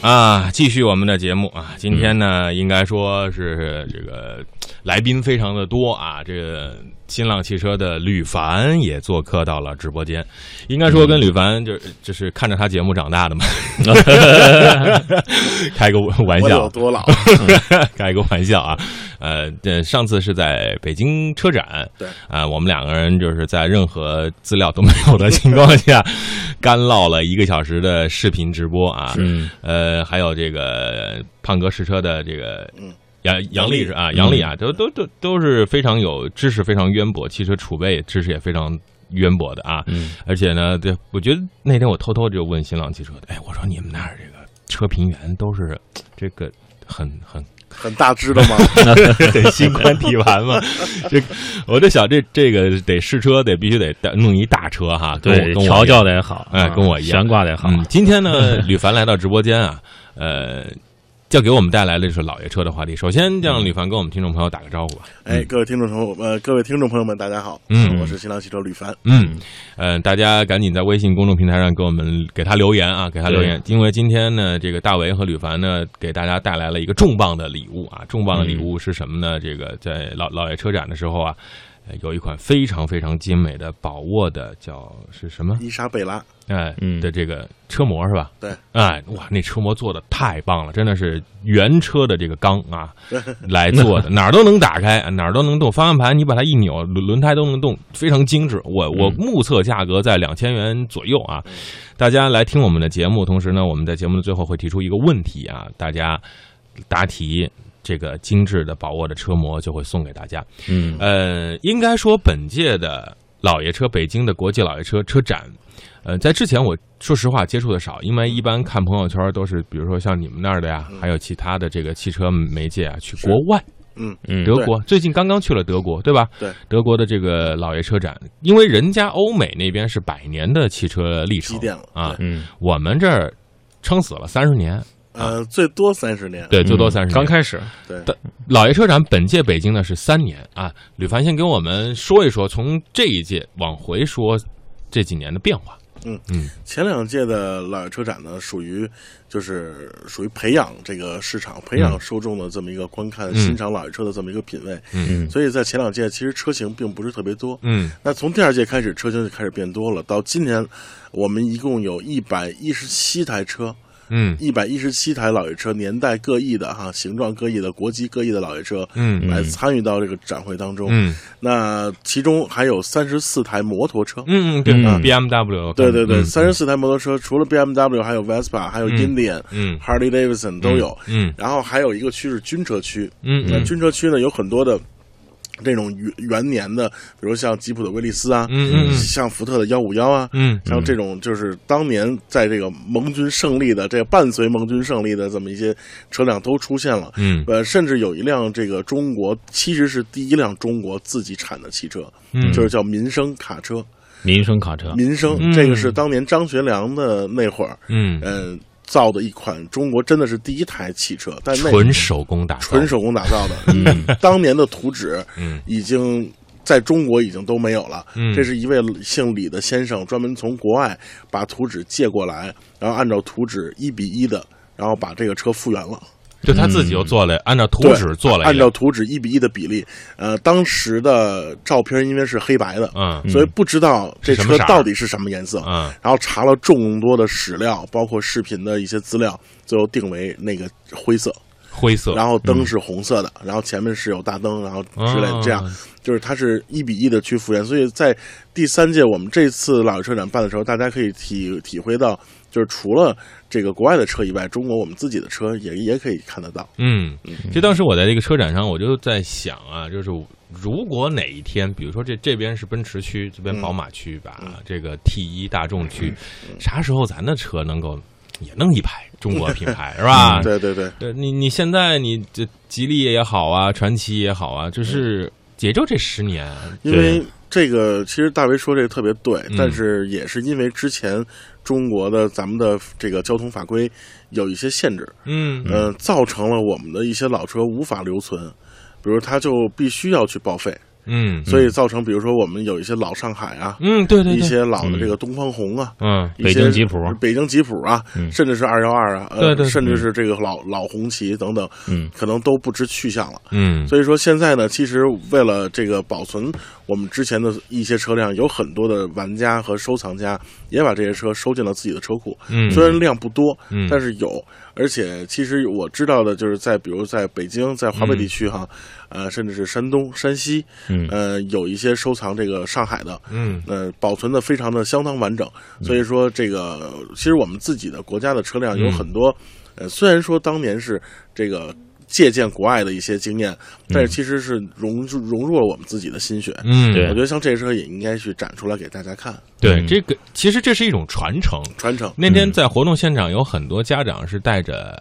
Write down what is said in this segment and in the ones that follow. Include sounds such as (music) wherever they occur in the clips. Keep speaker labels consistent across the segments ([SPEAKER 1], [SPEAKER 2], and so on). [SPEAKER 1] 啊，继续我们的节目啊！今天呢，应该说是这个来宾非常的多啊。这个新浪汽车的吕凡也做客到了直播间，应该说跟吕凡就就是看着他节目长大的嘛， (laughs) 开个玩 (laughs)
[SPEAKER 2] 我有
[SPEAKER 1] 笑，啊
[SPEAKER 2] 多老？
[SPEAKER 1] (laughs) 开个玩笑啊。呃，这上次是在北京车展，
[SPEAKER 2] 对
[SPEAKER 1] 啊、我们两个人就是在任何资料都没有的情况下，干唠了一个小时的视频直播啊。
[SPEAKER 3] 嗯，
[SPEAKER 1] 呃，还有这个胖哥试车的这个
[SPEAKER 2] 嗯
[SPEAKER 1] 杨杨丽是啊，杨丽啊，都都都都是非常有知识，非常渊博，汽车储备知识也非常渊博的啊。
[SPEAKER 3] 嗯，
[SPEAKER 1] 而且呢，对，我觉得那天我偷偷就问新浪汽车的，哎，我说你们那儿这个车评员都是这个很很
[SPEAKER 2] 很大只的吗？
[SPEAKER 1] (laughs) 很心宽体盘嘛。这我就想这这个得试车得必须得带弄一大车哈，跟我
[SPEAKER 3] 对，
[SPEAKER 1] 跟我
[SPEAKER 3] 调教的也好，
[SPEAKER 1] 哎
[SPEAKER 3] 啊
[SPEAKER 1] 跟我一样
[SPEAKER 3] 悬挂的也好，
[SPEAKER 1] 嗯，今天呢，吕凡来到直播间啊，呃，要给我们带来的是老爷车的话题。首先让吕凡跟我们听众朋友打个招呼吧。
[SPEAKER 2] 哎，各位听众朋友，呃，各位听众朋友们，大家好，
[SPEAKER 1] 嗯
[SPEAKER 2] 我是新浪汽车吕凡。
[SPEAKER 1] 嗯，呃，大家赶紧在微信公众平台上给我们给他留言啊，给他留言，因为今天呢，这个大为和吕凡呢，给大家带来了一个重磅的礼物啊！重磅的礼物是什么呢？这个在老老爷车展的时候啊，呃有一款非常非常精美的宝沃的叫是什么？
[SPEAKER 2] 伊莎贝拉，
[SPEAKER 1] 哎，
[SPEAKER 3] 嗯
[SPEAKER 1] 的这个车模是吧？
[SPEAKER 2] 对，
[SPEAKER 1] 哎，哇，那车模做的太棒了，真的是原车的这个钢啊来做的，哪儿都能打开，哪儿都能动，方向盘你把它一扭，轮轮胎都能动，非常精致。我我
[SPEAKER 3] 嗯
[SPEAKER 1] 目测价格在两千元左右啊。大家来听我们的节目，同时呢，我们在节目的最后会提出一个问题啊，大家答题。这个精致的宝沃的车模就会送给大家。
[SPEAKER 3] 嗯
[SPEAKER 1] 呃，应该说本届的老爷车北京的国际老爷车车展，呃，在之前我说实话接触的少，因为一般看朋友圈都是，比如说像你们那儿的呀，还有其他的这个汽车媒介啊，去国外
[SPEAKER 2] 嗯，
[SPEAKER 3] 嗯，
[SPEAKER 1] 德国，最近刚刚去了德国，对吧？
[SPEAKER 2] 对，
[SPEAKER 1] 德国的这个老爷车展，因为人家欧美那边是百年的汽车历
[SPEAKER 2] 积
[SPEAKER 1] 程
[SPEAKER 2] 淀了
[SPEAKER 1] 啊，
[SPEAKER 3] 嗯，
[SPEAKER 1] 我们这儿撑死了三十年，
[SPEAKER 2] 呃，最多三十年。
[SPEAKER 1] 对，最多
[SPEAKER 3] 嗯
[SPEAKER 1] 三十年。
[SPEAKER 3] 刚开始，
[SPEAKER 2] 对，
[SPEAKER 1] 老爷车展本届北京呢是三年啊，吕凡先跟我们说一说，从这一届往回说这几年的变化。
[SPEAKER 2] 前两届的老爷车展呢，属于就是属于培养这个市场、培
[SPEAKER 1] 嗯
[SPEAKER 2] 养受众的这么一个观看欣赏老爷车的这么一个品味。
[SPEAKER 3] 嗯
[SPEAKER 2] 所以在前两届，其实车型并不是特别多。
[SPEAKER 1] 嗯
[SPEAKER 2] 那从第二届开始，车型就开始变多了。到今年，我们一共有一百一十七台车，
[SPEAKER 1] 嗯
[SPEAKER 2] 一百一十七台老爷车，年代各异的哈，形状各异的，国籍各异的老爷车，
[SPEAKER 1] 嗯
[SPEAKER 2] 来参与到这个展会当中。
[SPEAKER 1] 嗯
[SPEAKER 2] 那其中还有三十四台摩托车。
[SPEAKER 1] 嗯，对
[SPEAKER 3] 嗯
[SPEAKER 1] ，B M W，
[SPEAKER 2] 对对对，三十四台摩托车，除了 BMW，还有 Vespa，还有 Indian、
[SPEAKER 1] 嗯
[SPEAKER 2] Harley Davidson 都有。
[SPEAKER 1] 嗯
[SPEAKER 2] 然后还有一个区是军车区，
[SPEAKER 1] 嗯
[SPEAKER 2] 那
[SPEAKER 1] 嗯
[SPEAKER 2] 军车区呢有很多的这种元元年的，比如像吉普的威利斯啊，
[SPEAKER 1] 嗯嗯
[SPEAKER 2] 像福特的幺五幺啊，
[SPEAKER 1] 嗯
[SPEAKER 2] 像这种就是当年在这个盟军胜利的，这个伴随盟军胜利的这么一些车辆都出现了。
[SPEAKER 1] 嗯
[SPEAKER 2] 呃，甚至有一辆这个中国其实是第一辆中国自己产的汽车，
[SPEAKER 1] 嗯
[SPEAKER 2] 就是叫民生卡车。
[SPEAKER 3] 民生卡车，
[SPEAKER 2] 民生、
[SPEAKER 1] 嗯
[SPEAKER 2] 这个是当年张学良的那会儿，
[SPEAKER 1] 嗯，
[SPEAKER 2] 嗯、造的一款中国真的是第一台汽车，但那
[SPEAKER 1] 纯手工打造，
[SPEAKER 2] 纯手工打造的，嗯、当年的图纸
[SPEAKER 1] 嗯
[SPEAKER 2] 已经。在中国已经都没有了。
[SPEAKER 1] 嗯
[SPEAKER 2] 这是一位姓李的先生专门从国外把图纸借过来，然后按照图纸一比一的，然后把这个车复原了。
[SPEAKER 1] 就他自己又做了，按照图纸
[SPEAKER 2] 对
[SPEAKER 1] 做了一
[SPEAKER 2] 按
[SPEAKER 1] 辆，
[SPEAKER 2] 照图纸一比一的比例。呃，当时的照片因为是黑白的，
[SPEAKER 1] 嗯
[SPEAKER 2] 所以不知道这
[SPEAKER 1] 是什么
[SPEAKER 2] 车
[SPEAKER 1] 色儿
[SPEAKER 2] 到底是什么颜色。
[SPEAKER 1] 嗯
[SPEAKER 2] 然后查了众多的史料，包括视频的一些资料，最后定为那个灰色，
[SPEAKER 1] 灰色，
[SPEAKER 2] 然后灯是红色的，然后前面是有大灯，然后之类的，
[SPEAKER 1] 哦
[SPEAKER 2] 这样就是它是一比一的去复原。所以在第三届我们这次老爷车展办的时候，大家可以体体会到，就是除了这个国外的车以外，中国我们自己的车也也可以看得到。
[SPEAKER 1] 嗯，就当时我在这个车展上，我就在想啊，就是如果哪一天，比如说这这边是奔驰区，这
[SPEAKER 2] 嗯
[SPEAKER 1] 边宝马区吧，这个 T 一大众区，啥时候咱的车能够也弄一排中国品
[SPEAKER 2] (laughs)
[SPEAKER 1] 牌是吧？
[SPEAKER 2] 嗯对对对，
[SPEAKER 1] 对，你你现在你这吉利也好啊，传祺也好啊，就是也就这十年，
[SPEAKER 2] 因为这个其实大为说这个特别对，
[SPEAKER 1] 嗯
[SPEAKER 2] 但是也是因为之前中国的咱们的这个交通法规有一些限制，
[SPEAKER 1] 嗯
[SPEAKER 2] 呃，造成了我们的一些老车无法留存，比如它就必须要去报废，
[SPEAKER 1] 嗯，
[SPEAKER 2] 所以造成比如说我们有一些老上海啊，
[SPEAKER 1] 嗯，对对
[SPEAKER 2] 一
[SPEAKER 1] 对，
[SPEAKER 2] 些老的这个东方红啊，
[SPEAKER 1] 嗯，
[SPEAKER 2] 一
[SPEAKER 3] 北
[SPEAKER 2] 些
[SPEAKER 3] 京吉普
[SPEAKER 2] 北京吉普啊，
[SPEAKER 3] 嗯
[SPEAKER 2] 甚至是二幺二啊，呃
[SPEAKER 1] 对对
[SPEAKER 2] 甚至是这个老老红旗等等，
[SPEAKER 3] 嗯，
[SPEAKER 2] 可能都不知去向了。
[SPEAKER 1] 嗯，
[SPEAKER 2] 所以说现在呢，其实为了这个保存我们之前的一些车辆，有很多的玩家和收藏家也把这些车收进了自己的车库。
[SPEAKER 1] 嗯
[SPEAKER 2] 虽然量不多，
[SPEAKER 1] 嗯
[SPEAKER 2] 但是有。而且其实我知道的就是在比如在北京、在华北地区哈，呃，甚至是山东、山西，
[SPEAKER 3] 嗯
[SPEAKER 2] 呃，有一些收藏这个上海的，
[SPEAKER 1] 嗯
[SPEAKER 2] 呃，保存的非常的相当完整。所以说，这个其实我们自己的国家的车辆有很多，
[SPEAKER 1] 嗯
[SPEAKER 2] 呃，虽然说当年是这个借鉴国外的一些经验，但是其实是融入融入了我们自己的心血。
[SPEAKER 1] 嗯，
[SPEAKER 3] 对
[SPEAKER 2] 我觉得像这车也应该去展出来给大家看，
[SPEAKER 1] 对，
[SPEAKER 3] 嗯
[SPEAKER 1] 这个其实这是一种传承。
[SPEAKER 2] 传承。
[SPEAKER 1] 那天在活动现场有很多家长是带着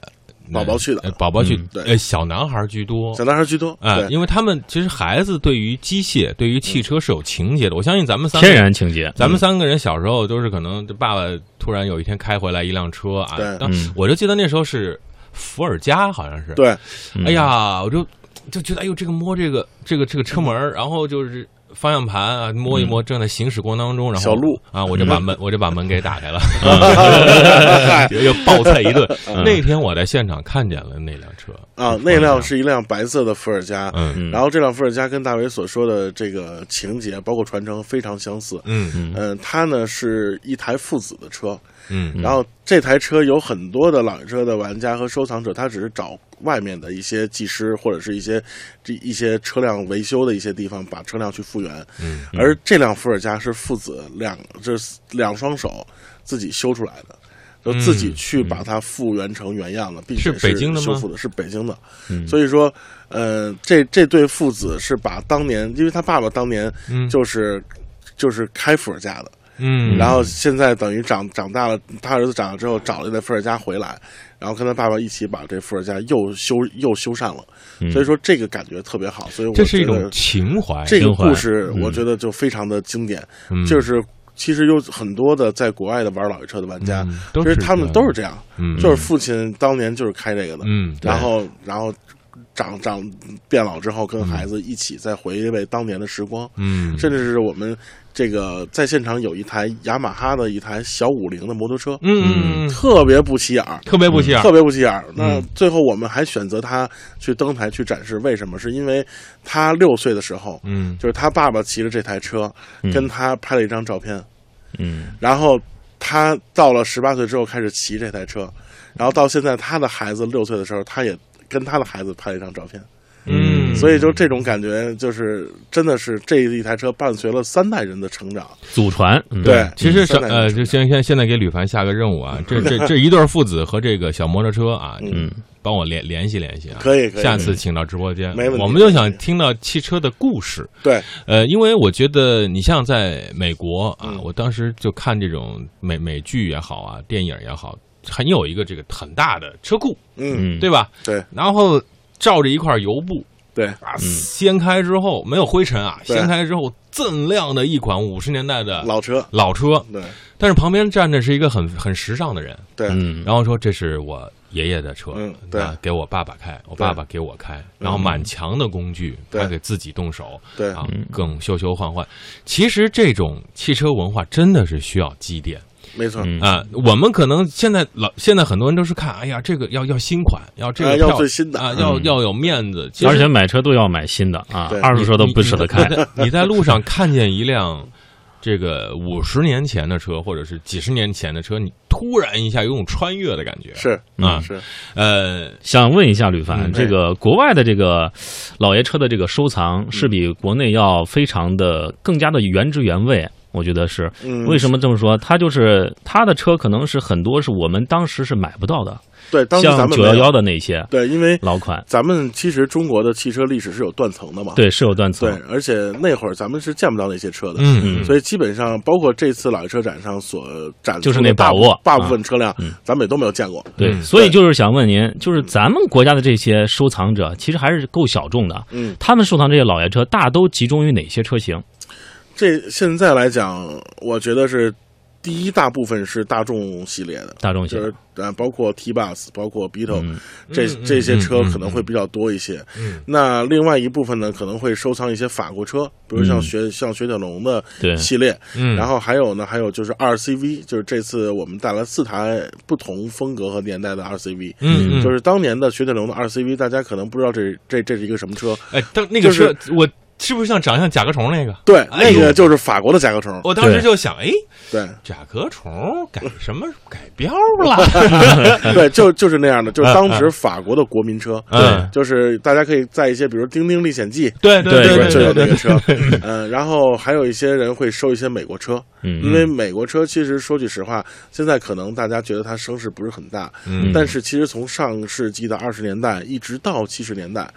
[SPEAKER 2] 宝宝去的
[SPEAKER 1] 呃宝宝去
[SPEAKER 3] 嗯，
[SPEAKER 2] 对
[SPEAKER 1] 呃，小男孩居多，
[SPEAKER 2] 小男孩居多，
[SPEAKER 1] 啊，
[SPEAKER 2] 对，
[SPEAKER 1] 因为他们其实孩子对于机械、对于汽车是有情节的。
[SPEAKER 2] 嗯
[SPEAKER 1] 我相信咱们三个
[SPEAKER 3] 天
[SPEAKER 1] 人，
[SPEAKER 3] 然情节，
[SPEAKER 1] 咱们三个人小时候都是可能爸爸突然有一天开回来一辆车啊
[SPEAKER 2] 对，
[SPEAKER 1] 当
[SPEAKER 3] 嗯
[SPEAKER 1] 我就记得那时候是伏尔加好像是，
[SPEAKER 2] 对，
[SPEAKER 3] 嗯
[SPEAKER 1] 哎，呀，我就就觉得哎呦，这个摸这个这个这个车门儿，然后就是。方向盘啊，摸一摸，正在行驶过程当中，然后
[SPEAKER 2] 小鹿
[SPEAKER 1] 啊，我就把门，我就把门给打开了，又暴菜一顿。那天我在现场看见了那辆车，
[SPEAKER 2] 啊，那辆是一辆白色的伏尔加，
[SPEAKER 1] 嗯
[SPEAKER 3] 嗯
[SPEAKER 2] 然后这辆伏尔加跟大为所说的这个情节，包括传承非常相似。
[SPEAKER 1] 嗯
[SPEAKER 3] 嗯
[SPEAKER 2] 嗯，它呢是一台父子的车，
[SPEAKER 1] 嗯
[SPEAKER 2] 然后这台车有很多的老车的玩家和收藏者，他只是找外面的一些技师或者是一些这一些车辆维修的一些地方把车辆去复原，
[SPEAKER 1] 嗯，
[SPEAKER 2] 而这辆伏尔加是父子两这是两双手自己修出来的。就自己去把它复原成原样的，并且
[SPEAKER 1] 嗯是北京的吗
[SPEAKER 2] 修复的，是北京的。
[SPEAKER 3] 嗯
[SPEAKER 2] 所以说，呃，这这对父子是把当年，因为他爸爸当年
[SPEAKER 1] 嗯
[SPEAKER 2] 就是、就是开伏尔加的，
[SPEAKER 1] 嗯，
[SPEAKER 2] 然后现在等于长长大了，他儿子长大之后找了一台伏尔加回来，然后跟他爸爸一起把这伏尔加又修又修缮了，所以说这个感觉特别好，所以我
[SPEAKER 1] 嗯这是一
[SPEAKER 2] 觉得
[SPEAKER 1] 种情怀，
[SPEAKER 2] 这个
[SPEAKER 3] 情怀
[SPEAKER 2] 故事，
[SPEAKER 3] 嗯
[SPEAKER 2] 我觉得就非常的经典，
[SPEAKER 1] 嗯
[SPEAKER 2] 就是其实有很多的在国外的玩老爷车的玩家，
[SPEAKER 1] 嗯都
[SPEAKER 2] 其实
[SPEAKER 1] 是
[SPEAKER 2] 他
[SPEAKER 1] 这
[SPEAKER 2] 们
[SPEAKER 1] 样
[SPEAKER 2] 都是这样，
[SPEAKER 1] 嗯
[SPEAKER 2] 就是父亲当年就是开这个的，
[SPEAKER 1] 嗯，对
[SPEAKER 2] 然后然后长长变老之后跟孩子一起再回味当年的时光，
[SPEAKER 1] 嗯
[SPEAKER 2] 甚至是我们这个在现场有一台雅马哈的一台小五零的摩托车，
[SPEAKER 1] 嗯嗯，嗯
[SPEAKER 2] 特别不起眼儿。
[SPEAKER 1] 特别不起眼
[SPEAKER 2] 特，别不起眼儿。那
[SPEAKER 1] 嗯
[SPEAKER 2] 最后我们还选择它去登台去展示，为什么？是因为他六岁的时候，
[SPEAKER 1] 嗯
[SPEAKER 2] 就是他爸爸骑着这台车，跟他拍了一张照片。
[SPEAKER 3] 嗯
[SPEAKER 2] 然后他到了十八岁之后开始骑这台车，然后到现在他的孩子六岁的时候，他也跟他的孩子拍了一张照片。
[SPEAKER 1] 嗯，
[SPEAKER 2] 所以就这种感觉，就是真的是这一台车伴随了三代人的成长。
[SPEAKER 3] 祖传，嗯
[SPEAKER 2] 对
[SPEAKER 1] 其实小
[SPEAKER 2] 嗯
[SPEAKER 1] 呃，就现现现在给吕凡下个任务
[SPEAKER 2] (laughs)
[SPEAKER 1] 啊，这这这一对父子和这个小摩托车啊，
[SPEAKER 2] 嗯，
[SPEAKER 1] 帮我联联系联系啊，
[SPEAKER 2] 可以嗯可以
[SPEAKER 1] 下次请到直播间，
[SPEAKER 2] 没问题
[SPEAKER 1] 我们就想听到汽车的故事，
[SPEAKER 2] 对，
[SPEAKER 1] 呃，因为我觉得你像在美国啊，
[SPEAKER 2] 嗯
[SPEAKER 1] 我当时就看这种美美剧也好啊，电影也好，很有一个这个很大的车库，
[SPEAKER 2] 嗯，
[SPEAKER 3] 嗯，
[SPEAKER 1] 对吧？
[SPEAKER 2] 对
[SPEAKER 1] 然后照着一块油布
[SPEAKER 2] 对，
[SPEAKER 1] 啊，掀开之后没有灰尘啊，
[SPEAKER 2] 对
[SPEAKER 1] 掀开之后锃亮的一款五十年代的
[SPEAKER 2] 老车，
[SPEAKER 1] 老车，
[SPEAKER 2] 对
[SPEAKER 1] 但是旁边站着是一个很很时尚的人，
[SPEAKER 2] 对，
[SPEAKER 3] 嗯，
[SPEAKER 1] 然后说这是我爷爷的车，
[SPEAKER 2] 嗯对嗯
[SPEAKER 1] 那给我爸爸开，我爸爸给我开，然后满墙的工具，
[SPEAKER 2] 对
[SPEAKER 1] 他给自己动手，
[SPEAKER 2] 对
[SPEAKER 1] 啊，更修修换换。其实这种汽车文化真的是需要积淀。
[SPEAKER 2] 没错，
[SPEAKER 3] 嗯
[SPEAKER 1] 啊、我们可能现在老现在很多人都是看，哎呀，这个要要新款，要这个、
[SPEAKER 2] 哎
[SPEAKER 1] 漂
[SPEAKER 2] 要最新的
[SPEAKER 1] 啊，
[SPEAKER 2] 嗯
[SPEAKER 1] 要要有面子，其实
[SPEAKER 3] 而且买车都要买新的啊
[SPEAKER 2] 对，
[SPEAKER 3] 二手车都不舍得开
[SPEAKER 1] 你。你 (laughs) 在你在路上看见一辆这个五十年前的车，或者是几十年前的车，你突然一下有种穿越的感觉。
[SPEAKER 2] 是嗯
[SPEAKER 1] 啊，
[SPEAKER 2] 是，
[SPEAKER 1] 呃，
[SPEAKER 3] 想问一下吕凡，
[SPEAKER 1] 嗯
[SPEAKER 3] 这个国外的这个老爷车的这个收
[SPEAKER 1] 嗯
[SPEAKER 3] 藏是比国内要非常的更加的原汁原味，我觉得是。
[SPEAKER 2] 嗯，
[SPEAKER 3] 为什么这么说？它就是它的车可能是很多是我们当时是买不到的，
[SPEAKER 2] 对，当时咱
[SPEAKER 3] 像
[SPEAKER 2] 们
[SPEAKER 3] 九
[SPEAKER 2] 没有
[SPEAKER 3] 幺幺的那些
[SPEAKER 2] 对，因为
[SPEAKER 3] 老款，
[SPEAKER 2] 咱们其实中国的汽车历史是有断层的嘛，
[SPEAKER 3] 对，是有断层
[SPEAKER 2] 对，，而且那会儿咱们是见不到那些车的，
[SPEAKER 1] 嗯
[SPEAKER 2] 所以基本上包括这次老爷车展上所展出
[SPEAKER 3] 就是
[SPEAKER 2] 的
[SPEAKER 3] 那
[SPEAKER 2] 大
[SPEAKER 3] 宝
[SPEAKER 2] 部
[SPEAKER 3] 沃
[SPEAKER 2] 大
[SPEAKER 3] 啊
[SPEAKER 2] 部分车辆，咱们也都没有见过。
[SPEAKER 3] 对，
[SPEAKER 1] 嗯
[SPEAKER 3] 所以就是想问您，就是咱们国家的这些收藏者其实还是够小众的，
[SPEAKER 2] 嗯，
[SPEAKER 3] 他们收藏这些老爷车大都集中于哪些车型？
[SPEAKER 2] 这现在来讲，我觉得是第一大部分是大众系列的，
[SPEAKER 3] 大众系
[SPEAKER 2] 就
[SPEAKER 3] 列
[SPEAKER 2] 是呃，包括 T Bus，包括 Beetle，、
[SPEAKER 3] 嗯
[SPEAKER 2] 这
[SPEAKER 1] 嗯嗯
[SPEAKER 2] 这些车
[SPEAKER 1] 嗯嗯
[SPEAKER 2] 可能会比较多一些。
[SPEAKER 1] 嗯
[SPEAKER 2] 那另外一部分呢，可能会收藏一些法国车，比如像
[SPEAKER 3] 嗯
[SPEAKER 2] 雪、像雪铁龙的
[SPEAKER 3] 对
[SPEAKER 2] 系列，
[SPEAKER 1] 嗯，
[SPEAKER 2] 然后还有呢，还有就是 RCV，就是这次我们带来四台不同风格和年代的 RCV。
[SPEAKER 1] 嗯嗯
[SPEAKER 2] 就是当年的雪铁龙的 RCV，大家可能不知道这这这是一个什么车，
[SPEAKER 1] 哎，当那
[SPEAKER 2] 就
[SPEAKER 1] 个
[SPEAKER 2] 是
[SPEAKER 1] 车我是不是像长相甲壳虫那个？
[SPEAKER 2] 对，
[SPEAKER 1] 哎
[SPEAKER 2] 那
[SPEAKER 1] 呦
[SPEAKER 2] 个就是法国的甲壳虫，
[SPEAKER 1] 我当时就想，哎，
[SPEAKER 2] 对
[SPEAKER 1] 甲壳虫改什么改标
[SPEAKER 2] (laughs)
[SPEAKER 1] 了？ (laughs)
[SPEAKER 2] 对，就就是那样的，就是当时法国的国民车，
[SPEAKER 1] 嗯
[SPEAKER 2] 就是大家可以在一些比如《丁丁历险记》
[SPEAKER 1] 对对
[SPEAKER 3] 对
[SPEAKER 1] 对
[SPEAKER 2] 就有
[SPEAKER 1] 对
[SPEAKER 2] 那个
[SPEAKER 1] 对，
[SPEAKER 2] 车，嗯，然后还有一些人会收一些美国车，
[SPEAKER 3] 嗯
[SPEAKER 2] 因为美国车其实说句实话，现在可能大家觉得它声势不是很大，
[SPEAKER 1] 嗯
[SPEAKER 2] 但是其实从上世纪的二十年代一直到七十年代，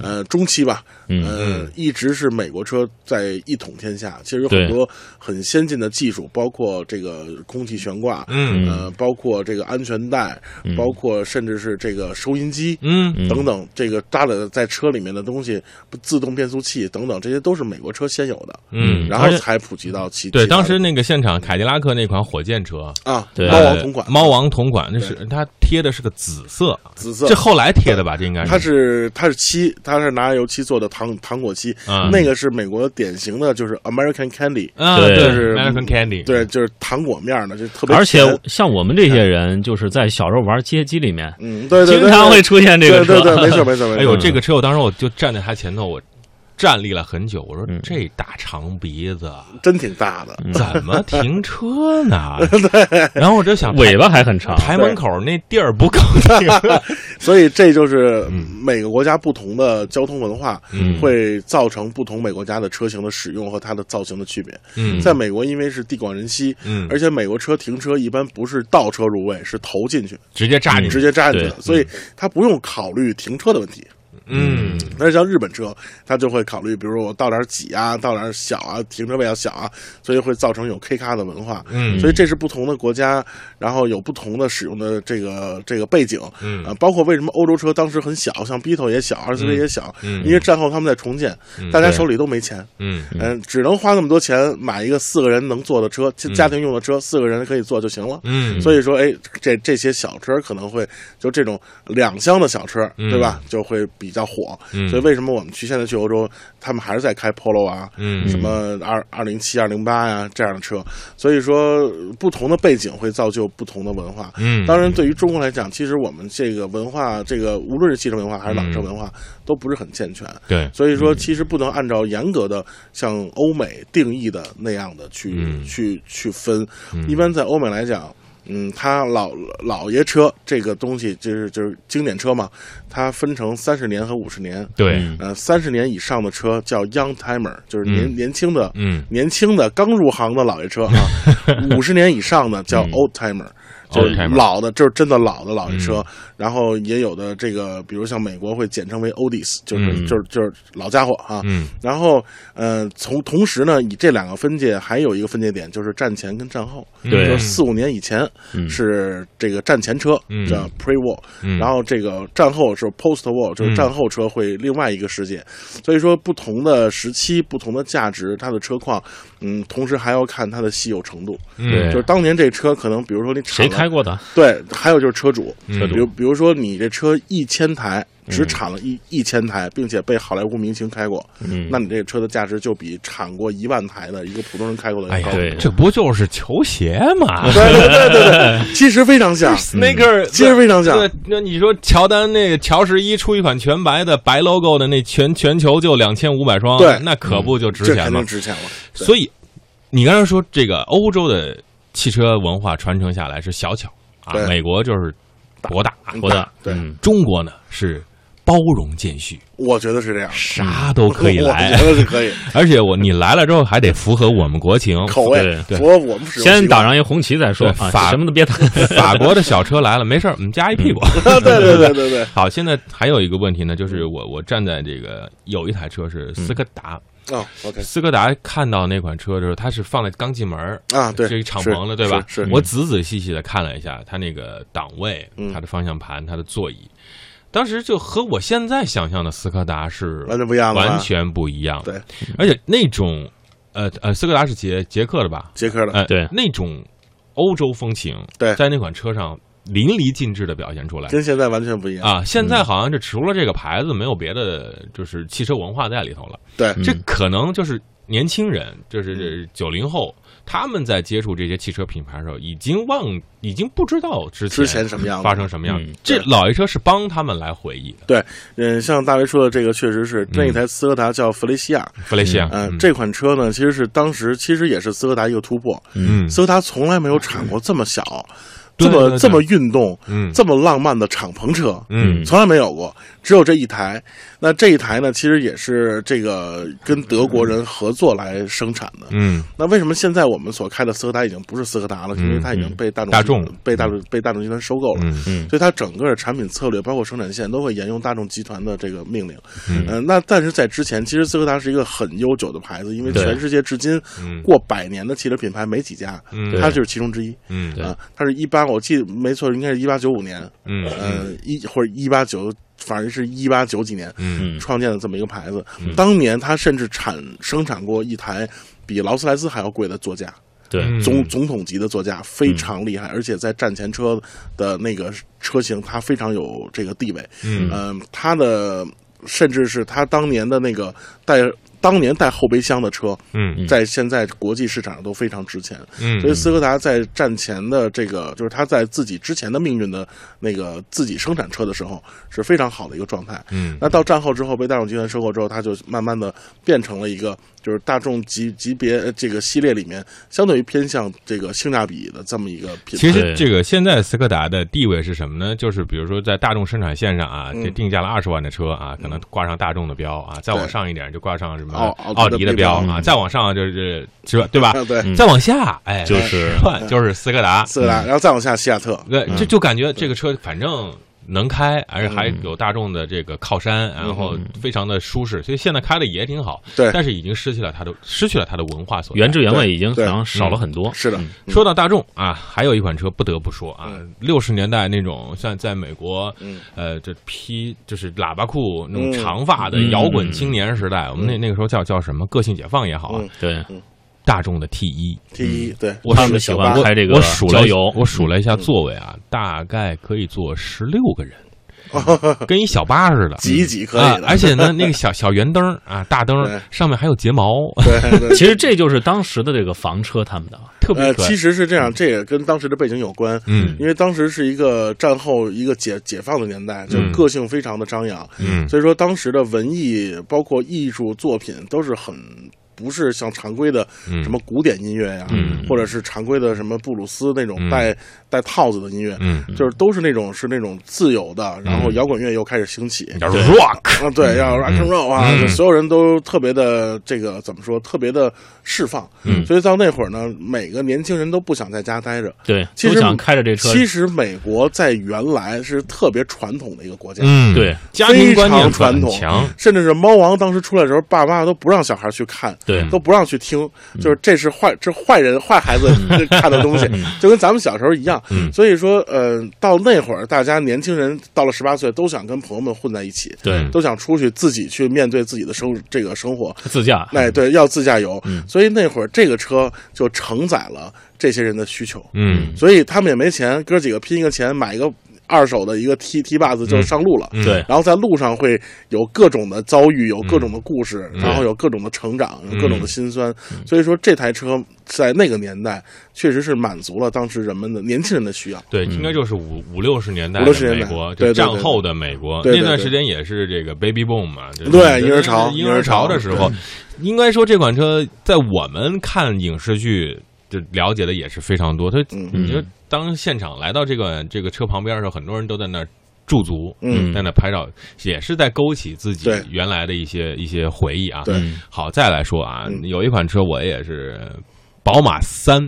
[SPEAKER 2] 呃中期吧，
[SPEAKER 3] 嗯
[SPEAKER 2] 呃一直是美国车在一统天下。其实有
[SPEAKER 3] 对
[SPEAKER 2] 很多很先进的技术，包括这个空气悬挂，
[SPEAKER 1] 嗯
[SPEAKER 2] 呃，包括这个安全带，包括甚至是这个收音机，
[SPEAKER 1] 嗯
[SPEAKER 3] 嗯
[SPEAKER 2] 等等，这个搭的在车里面的东西，不自动变速器等等，这些都是美国车先有的，
[SPEAKER 1] 嗯，
[SPEAKER 2] 然
[SPEAKER 1] 而
[SPEAKER 2] 后
[SPEAKER 1] 且
[SPEAKER 2] 才普及到其
[SPEAKER 1] 对
[SPEAKER 2] 其他
[SPEAKER 1] 当
[SPEAKER 2] 的
[SPEAKER 1] 时那个现场凯迪拉克那款火箭车。
[SPEAKER 2] 啊，
[SPEAKER 3] 对
[SPEAKER 2] 猫王
[SPEAKER 1] 呃
[SPEAKER 2] 同款，
[SPEAKER 1] 猫王同款，那是它贴的是个紫色，
[SPEAKER 2] 紫色
[SPEAKER 1] 这后来贴的吧？这应该
[SPEAKER 2] 它是它是漆，它是拿油漆做的糖糖果漆，
[SPEAKER 1] 嗯
[SPEAKER 2] 那个是美国典型的就是 American Candy，
[SPEAKER 1] 啊，
[SPEAKER 3] 对
[SPEAKER 1] 对
[SPEAKER 2] 就是
[SPEAKER 1] American Candy，
[SPEAKER 2] 对，就是糖果面儿的，就特别
[SPEAKER 3] 而且
[SPEAKER 2] 甜
[SPEAKER 3] 像我们这些人，就是在小时候玩街机里面，
[SPEAKER 2] 嗯，对对，
[SPEAKER 3] 经
[SPEAKER 2] 对
[SPEAKER 3] 常会出现这个
[SPEAKER 2] 对
[SPEAKER 3] 车。
[SPEAKER 2] 对对，没错没错没错，
[SPEAKER 1] 哎呦，
[SPEAKER 3] 嗯
[SPEAKER 1] 这个车我当时我就站在他前头，我站立了很久。我说
[SPEAKER 3] 嗯
[SPEAKER 1] 这大长鼻子
[SPEAKER 2] 真挺大的，
[SPEAKER 1] 怎么停车
[SPEAKER 2] (laughs)
[SPEAKER 1] 呢？然后我就想，
[SPEAKER 3] 尾巴还很长。
[SPEAKER 1] 台门口那地儿不
[SPEAKER 2] (laughs)
[SPEAKER 1] 够停。
[SPEAKER 2] 所以这就是每个国家不同的交通文化，
[SPEAKER 1] 嗯
[SPEAKER 2] 会造成不同每个国家的车型的使用和它的造型的区别。
[SPEAKER 1] 嗯
[SPEAKER 2] 在美国，因为是地广人稀，
[SPEAKER 1] 嗯
[SPEAKER 2] 而且美国车停车一般不是倒车入位，是头进去，
[SPEAKER 1] 直接炸你
[SPEAKER 2] 嗯直接扎进去的，
[SPEAKER 3] 对
[SPEAKER 2] 所以它不用考虑停车的问题。
[SPEAKER 1] 嗯
[SPEAKER 2] 但是像日本车，它就会考虑，比如说我到哪儿挤啊，到哪儿小啊，停车位要小啊，所以会造成有 K 咖的文化。
[SPEAKER 1] 嗯
[SPEAKER 2] 所以这是不同的国家，然后有不同的使用的这个这个背景。
[SPEAKER 1] 嗯
[SPEAKER 2] 啊，包括为什么欧洲车当时很小，像 Beetle 也小，RCV 也小，
[SPEAKER 1] 嗯
[SPEAKER 2] 因为战后他们在重建，大家手里都没钱，
[SPEAKER 1] 嗯
[SPEAKER 2] 嗯、只能花那么多钱买一个四个人能坐的车，家家庭用的车，四个人可以坐就行了。
[SPEAKER 1] 嗯，
[SPEAKER 2] 所以说，哎，这这些小车可能会就这种两厢的小车，
[SPEAKER 1] 嗯
[SPEAKER 2] 对吧？就会比较火。
[SPEAKER 1] 嗯
[SPEAKER 2] 所以为什么我们去现在去欧洲，他们还是在开 Polo 啊，
[SPEAKER 1] 嗯
[SPEAKER 2] 什么二二零七、二零八呀这样的车。所以说，不同的背景会造就不同的文化。
[SPEAKER 1] 嗯
[SPEAKER 2] 当然，对于中国来讲，其实我们这个文化，这个无论是汽车文化还是缆车文化，
[SPEAKER 1] 嗯
[SPEAKER 2] 都不是很健全。
[SPEAKER 1] 对
[SPEAKER 2] 所以说，其实不能按照严格的像欧美定义的那样的去、
[SPEAKER 1] 嗯
[SPEAKER 2] 去去分。一般在欧美来讲，嗯，它老老爷车这个东西就是就是经典车嘛，它分成三十年和五十年。
[SPEAKER 1] 对
[SPEAKER 2] 呃，三十年以上的车叫 young timer，就是年、
[SPEAKER 1] 嗯
[SPEAKER 2] 年轻的、
[SPEAKER 1] 嗯
[SPEAKER 2] 年轻的刚入行的老爷车啊，
[SPEAKER 1] (laughs)
[SPEAKER 2] 五十年以上的叫
[SPEAKER 1] 嗯
[SPEAKER 2] old timer。就是
[SPEAKER 1] old-timer
[SPEAKER 2] 老的，就是真的老的老爷
[SPEAKER 1] 嗯
[SPEAKER 2] 车，然后也有的这个，比如像美国会简称为 oldies，就是、
[SPEAKER 1] 嗯
[SPEAKER 2] 就是就是老家伙啊。
[SPEAKER 1] 嗯
[SPEAKER 2] 然后，呃，从同时呢，以这两个分界还有一个分界点，就是战前跟战后。
[SPEAKER 3] 对
[SPEAKER 2] 就是四五年以前
[SPEAKER 3] 嗯
[SPEAKER 2] 是这个战前车，
[SPEAKER 1] 嗯
[SPEAKER 2] 叫 pre war，、
[SPEAKER 1] 嗯
[SPEAKER 2] 然后这个战后是 post war，就是战后车会另外一个世界。所以说，不同的时期、不同的价值，它的车况，嗯，同时还要看它的稀有程度。
[SPEAKER 1] 嗯
[SPEAKER 2] 就是当年这车可能，比如说你产
[SPEAKER 3] 谁
[SPEAKER 2] 了
[SPEAKER 3] 开过的？
[SPEAKER 2] 对，还有就是车主，
[SPEAKER 1] 车主嗯
[SPEAKER 2] 比如比如说你这车一千台，只产了一一千台，并且被好莱坞明星开过，
[SPEAKER 3] 嗯
[SPEAKER 2] 那你这车的价值就比产过一万台的一个普通人开过的
[SPEAKER 1] 哎
[SPEAKER 2] 要
[SPEAKER 1] 呀
[SPEAKER 2] 高。，
[SPEAKER 3] 对
[SPEAKER 1] 这不就是球鞋吗？
[SPEAKER 2] 对对对对
[SPEAKER 1] (laughs)
[SPEAKER 2] 对，其实非常像，
[SPEAKER 1] Sneaker，
[SPEAKER 2] 嗯其实非常像
[SPEAKER 1] 对，那你说乔丹那个乔十一出一款全白的白 logo 的那全全球就两千五百双，
[SPEAKER 2] 对嗯
[SPEAKER 1] 那可不就值
[SPEAKER 2] 这
[SPEAKER 1] 钱
[SPEAKER 2] 肯
[SPEAKER 1] 吗
[SPEAKER 2] 定？值钱了。对
[SPEAKER 1] 所以你刚才说这个欧洲的汽车文化传承下来是小巧啊，
[SPEAKER 2] 对
[SPEAKER 1] 美国就是博大，
[SPEAKER 2] 嗯
[SPEAKER 3] 我的
[SPEAKER 2] 对
[SPEAKER 3] 嗯
[SPEAKER 1] 中国呢是包容见续，
[SPEAKER 2] 我觉得是这样，
[SPEAKER 1] 啥都可以
[SPEAKER 2] 嗯我
[SPEAKER 1] 来，
[SPEAKER 2] 觉得是
[SPEAKER 1] (laughs)
[SPEAKER 2] 可以，
[SPEAKER 1] 而且我你来了之后还得符合我们国情。
[SPEAKER 2] (laughs) 口味
[SPEAKER 3] 对
[SPEAKER 1] 哦对
[SPEAKER 2] 符合我们使用习惯。
[SPEAKER 3] 先打上一红旗再
[SPEAKER 1] 对
[SPEAKER 3] 说啊，
[SPEAKER 1] 法
[SPEAKER 3] 什么都别打。
[SPEAKER 1] 法国的小车来了没事儿，我们加一屁股。
[SPEAKER 2] (laughs) 对对对对对
[SPEAKER 1] 好，现在还有一个问题呢，
[SPEAKER 2] 嗯
[SPEAKER 1] 就是我我站在这个有一台车是斯柯达， (laughs)
[SPEAKER 2] 对，啊，OK
[SPEAKER 1] 斯柯达看到那款车的时候，它是放在钢气门儿
[SPEAKER 2] 啊，对，
[SPEAKER 1] 这个敞
[SPEAKER 2] 是
[SPEAKER 1] 篷的，对吧？
[SPEAKER 2] 是，是
[SPEAKER 1] 我仔仔细细的看了一下它那个档位、
[SPEAKER 2] 嗯
[SPEAKER 1] 它的方向盘、它的座椅，当时就和我现在想象的斯柯达是
[SPEAKER 2] 完全不一样了吧，啊
[SPEAKER 1] 完全不一样。
[SPEAKER 2] 对，
[SPEAKER 1] 而且那种呃呃，斯柯达是捷捷克的吧？
[SPEAKER 2] 杰克的
[SPEAKER 1] 呃，
[SPEAKER 3] (laughs) 对
[SPEAKER 1] 那种欧洲风情，
[SPEAKER 2] 对
[SPEAKER 1] 在那款车上淋漓尽致的表现出来。
[SPEAKER 2] 跟现在完全不一样。嗯
[SPEAKER 1] 啊，现在好像这除了这个牌子，没有别的，就是汽车文化在里头了。
[SPEAKER 2] 对，
[SPEAKER 1] 这
[SPEAKER 3] 嗯
[SPEAKER 1] 可能就是年轻人，
[SPEAKER 2] 嗯
[SPEAKER 1] 就是九零后，他们在接触这些汽车品牌的时候，已经忘，已经不知道之前
[SPEAKER 2] 之前什么样子
[SPEAKER 1] 发生什么样。
[SPEAKER 3] 嗯
[SPEAKER 1] 这老爷车是帮他们来回忆的，
[SPEAKER 2] 嗯，像大卫说的这个确实
[SPEAKER 1] 嗯
[SPEAKER 2] 是，那一台斯柯达叫弗雷西亚，
[SPEAKER 1] 弗雷西亚。
[SPEAKER 2] 嗯、这款车呢，其实是当时其实也是斯柯达一个突破，
[SPEAKER 1] 嗯
[SPEAKER 2] 斯柯达从来没有产过这么小、
[SPEAKER 1] 对
[SPEAKER 2] 这么
[SPEAKER 1] 对对
[SPEAKER 2] 这么运动、
[SPEAKER 1] 嗯
[SPEAKER 2] 这么浪漫的敞篷车，
[SPEAKER 1] 嗯
[SPEAKER 2] 从来没有过，只有这一台。那这一台呢，其实也是这个跟德国人合作来生产的。
[SPEAKER 1] 嗯
[SPEAKER 2] 那为什么现在我们所开的斯柯达已经不是斯柯达了？
[SPEAKER 1] 嗯
[SPEAKER 2] 因为它已经被大众
[SPEAKER 1] 大众
[SPEAKER 2] 被大众被大众集团收购了。
[SPEAKER 1] 嗯
[SPEAKER 2] 所以它整个的产品策略，包括生产线，都会沿用大众集团的这个命令。
[SPEAKER 1] 嗯
[SPEAKER 2] 呃那但是在之前，其实斯柯达是一个很悠久的牌子，因为
[SPEAKER 3] 对
[SPEAKER 2] 全世界至今
[SPEAKER 1] 嗯
[SPEAKER 2] 过百年的汽车品牌没几家，
[SPEAKER 1] 嗯
[SPEAKER 2] 它就是其中之一。
[SPEAKER 1] 嗯
[SPEAKER 3] 对
[SPEAKER 2] 啊，它是一八，我记得没错，应该是一八九五年，
[SPEAKER 1] 嗯嗯
[SPEAKER 2] 呃，一或者一八九，反正是一八九几年
[SPEAKER 1] 嗯
[SPEAKER 3] 嗯
[SPEAKER 2] 创建的这么一个牌子。当年它甚至产生产过一台比劳斯莱斯还要贵的座驾，
[SPEAKER 3] 对，
[SPEAKER 1] 嗯
[SPEAKER 2] 总总统级的座驾，非常厉害，而且在战前车的那个车型，它非常有这个地位。
[SPEAKER 1] 嗯
[SPEAKER 2] 嗯，它的甚至是它当年的那个带。当年带后备箱的车，
[SPEAKER 1] 嗯
[SPEAKER 2] 在现在国际市场上都非常值钱。
[SPEAKER 1] 嗯，
[SPEAKER 2] 所以斯柯达在战前的这个，就是他在自己之前的命运的那个自己生产车的时候是非常好的一个状态。
[SPEAKER 1] 嗯
[SPEAKER 2] 那到战后之后被大众集团收购之后，它就慢慢的变成了一个就是大众级级别呃这个系列里面相对于偏向这个性价比的这么一个品牌。
[SPEAKER 1] 其实这个现在斯柯达的地位是什么呢？就是比如说在大众生产线上啊，
[SPEAKER 2] 嗯
[SPEAKER 1] 这定价了二十万的车啊，可能挂上大众的标啊，再往上一点就挂上什么
[SPEAKER 2] 奥
[SPEAKER 1] 奥迪的标
[SPEAKER 2] 奥迪的
[SPEAKER 1] 啊，
[SPEAKER 2] 标
[SPEAKER 1] 再往上就是是吧？对吧？
[SPEAKER 2] 啊， (laughs) 对，嗯
[SPEAKER 3] 嗯
[SPEAKER 1] 再往下，哎，
[SPEAKER 3] 就是
[SPEAKER 1] 换就是斯柯达，
[SPEAKER 2] 斯柯达，然后再往下西亚特，
[SPEAKER 1] 对，
[SPEAKER 3] 嗯
[SPEAKER 1] 就就感觉这个车反正。能开，而且还有大众的这个靠山，然后
[SPEAKER 3] 嗯
[SPEAKER 1] 非常的舒适，所以现在开的也挺好。
[SPEAKER 2] 对
[SPEAKER 1] 但是已经失去了它的失去了它的文化所在
[SPEAKER 3] 原汁原味已经好
[SPEAKER 2] 对嗯
[SPEAKER 3] 像少了很多。
[SPEAKER 2] 是的，
[SPEAKER 1] 说到大众啊，还有一款车不得不说啊，六十年代那种像在美国，
[SPEAKER 2] 嗯
[SPEAKER 1] 呃，这披就是喇叭裤那种
[SPEAKER 2] 嗯
[SPEAKER 1] 长发的
[SPEAKER 3] 嗯
[SPEAKER 1] 摇滚青年时代，我们那那个时候叫叫什么个性解放也好啊，
[SPEAKER 2] 嗯
[SPEAKER 3] 对，
[SPEAKER 1] 大众的 T 一，
[SPEAKER 2] T 一，对，
[SPEAKER 1] 嗯我
[SPEAKER 3] 他们喜欢
[SPEAKER 1] 我
[SPEAKER 3] 开这个
[SPEAKER 1] 我数了
[SPEAKER 3] 郊游
[SPEAKER 1] 我数了一下座位
[SPEAKER 2] 嗯
[SPEAKER 1] 啊，大概可以坐十六个
[SPEAKER 2] (laughs)
[SPEAKER 1] 人，跟一小巴似的，
[SPEAKER 2] 挤一挤可
[SPEAKER 1] 啊
[SPEAKER 2] 以，的，
[SPEAKER 1] 而且呢，那个小小圆灯儿啊，大灯儿
[SPEAKER 2] 对
[SPEAKER 1] 上面还有睫毛， (laughs)
[SPEAKER 2] 对对。
[SPEAKER 3] 其实这就是当时的这个房车他们的，
[SPEAKER 1] 特别
[SPEAKER 2] 呃，
[SPEAKER 1] 可爱
[SPEAKER 2] 其。实是这样，这也跟当时的背景有关。
[SPEAKER 1] 嗯
[SPEAKER 2] 因为当时是一个战后一个解解放的年代，就是个性非常的张扬，
[SPEAKER 1] 嗯
[SPEAKER 2] 所以说当时的文艺包括艺术作品都是很。不是像常规的
[SPEAKER 1] 嗯
[SPEAKER 2] 什么古典音乐呀、
[SPEAKER 1] 嗯
[SPEAKER 2] 或者是常规的什么布鲁斯那种
[SPEAKER 1] 嗯
[SPEAKER 2] 带、带套子的音乐，
[SPEAKER 1] 嗯，
[SPEAKER 2] 就是都是那种是那种自由的，然后摇滚乐又开始兴
[SPEAKER 1] (laughs)
[SPEAKER 2] 起，
[SPEAKER 1] 叫 rock，
[SPEAKER 2] 啊，对，要 rock and roll 啊，
[SPEAKER 1] 嗯
[SPEAKER 2] 就所有人都特别的这个怎么说，特别的释放。
[SPEAKER 1] 嗯
[SPEAKER 2] 所以到那会儿呢，每个年轻人都不想在家待着。
[SPEAKER 3] 对，
[SPEAKER 2] 其
[SPEAKER 3] 都
[SPEAKER 2] 实
[SPEAKER 3] 想开着这车，
[SPEAKER 2] 其实美国在原来是特别传统的一个国家，
[SPEAKER 1] 嗯，
[SPEAKER 3] 对，
[SPEAKER 1] 家庭观念
[SPEAKER 2] 非常传统
[SPEAKER 1] 很强，
[SPEAKER 2] 甚至是猫王当时出来的时候，爸妈都不让小孩去看，
[SPEAKER 3] 对
[SPEAKER 2] 都不让去听，
[SPEAKER 1] 嗯
[SPEAKER 2] 就是这是坏，这坏人坏孩子看的东西，
[SPEAKER 1] 嗯
[SPEAKER 2] 就跟咱们小时候一样。所以说，呃，到那会儿，大家年轻人到了十八岁，都想跟朋友们混在一起，
[SPEAKER 3] 对
[SPEAKER 2] 都想出去自己去面对自己的生这个生活。
[SPEAKER 3] 自驾，
[SPEAKER 2] 哎，对，要自驾游，
[SPEAKER 1] 嗯
[SPEAKER 2] 所以那会儿这个车就承载了这些人的需求。
[SPEAKER 1] 嗯
[SPEAKER 2] 所以他们也没钱，哥几个拼一个钱买一个二手的一个 T T 把子就上路了。
[SPEAKER 1] 嗯
[SPEAKER 3] 对
[SPEAKER 2] 然后在路上会有各种的遭遇，有各种的故事，
[SPEAKER 1] 嗯
[SPEAKER 2] 然后有各种的成长，有各种的辛酸。所以说，这台车在那个年代确实是满足了当时人们的年轻人的需要。
[SPEAKER 1] 对，应该就是五五六十年代
[SPEAKER 2] 嗯五六十
[SPEAKER 1] 的
[SPEAKER 2] 年
[SPEAKER 1] 美
[SPEAKER 2] 代
[SPEAKER 1] 国，
[SPEAKER 2] 对
[SPEAKER 1] 就
[SPEAKER 2] 对对
[SPEAKER 1] 战后的美国
[SPEAKER 2] 对对
[SPEAKER 1] 那段
[SPEAKER 2] 对
[SPEAKER 1] 时间也是这个 baby boom 嘛，就是
[SPEAKER 2] 对婴儿潮
[SPEAKER 1] 婴儿潮的时候，应该说这款车在我们看影视剧就了解的也是非常多。它
[SPEAKER 2] 嗯
[SPEAKER 1] 你就当现场来到这个这个车旁边的时候，很多人都在那儿驻足，
[SPEAKER 2] 嗯
[SPEAKER 1] 在那拍照，也是在勾起自己
[SPEAKER 2] 对
[SPEAKER 1] 原来的一些一些回忆啊。
[SPEAKER 2] 对
[SPEAKER 3] 嗯
[SPEAKER 1] 好，再来说啊，
[SPEAKER 2] 嗯
[SPEAKER 1] 有一款车我也是宝马三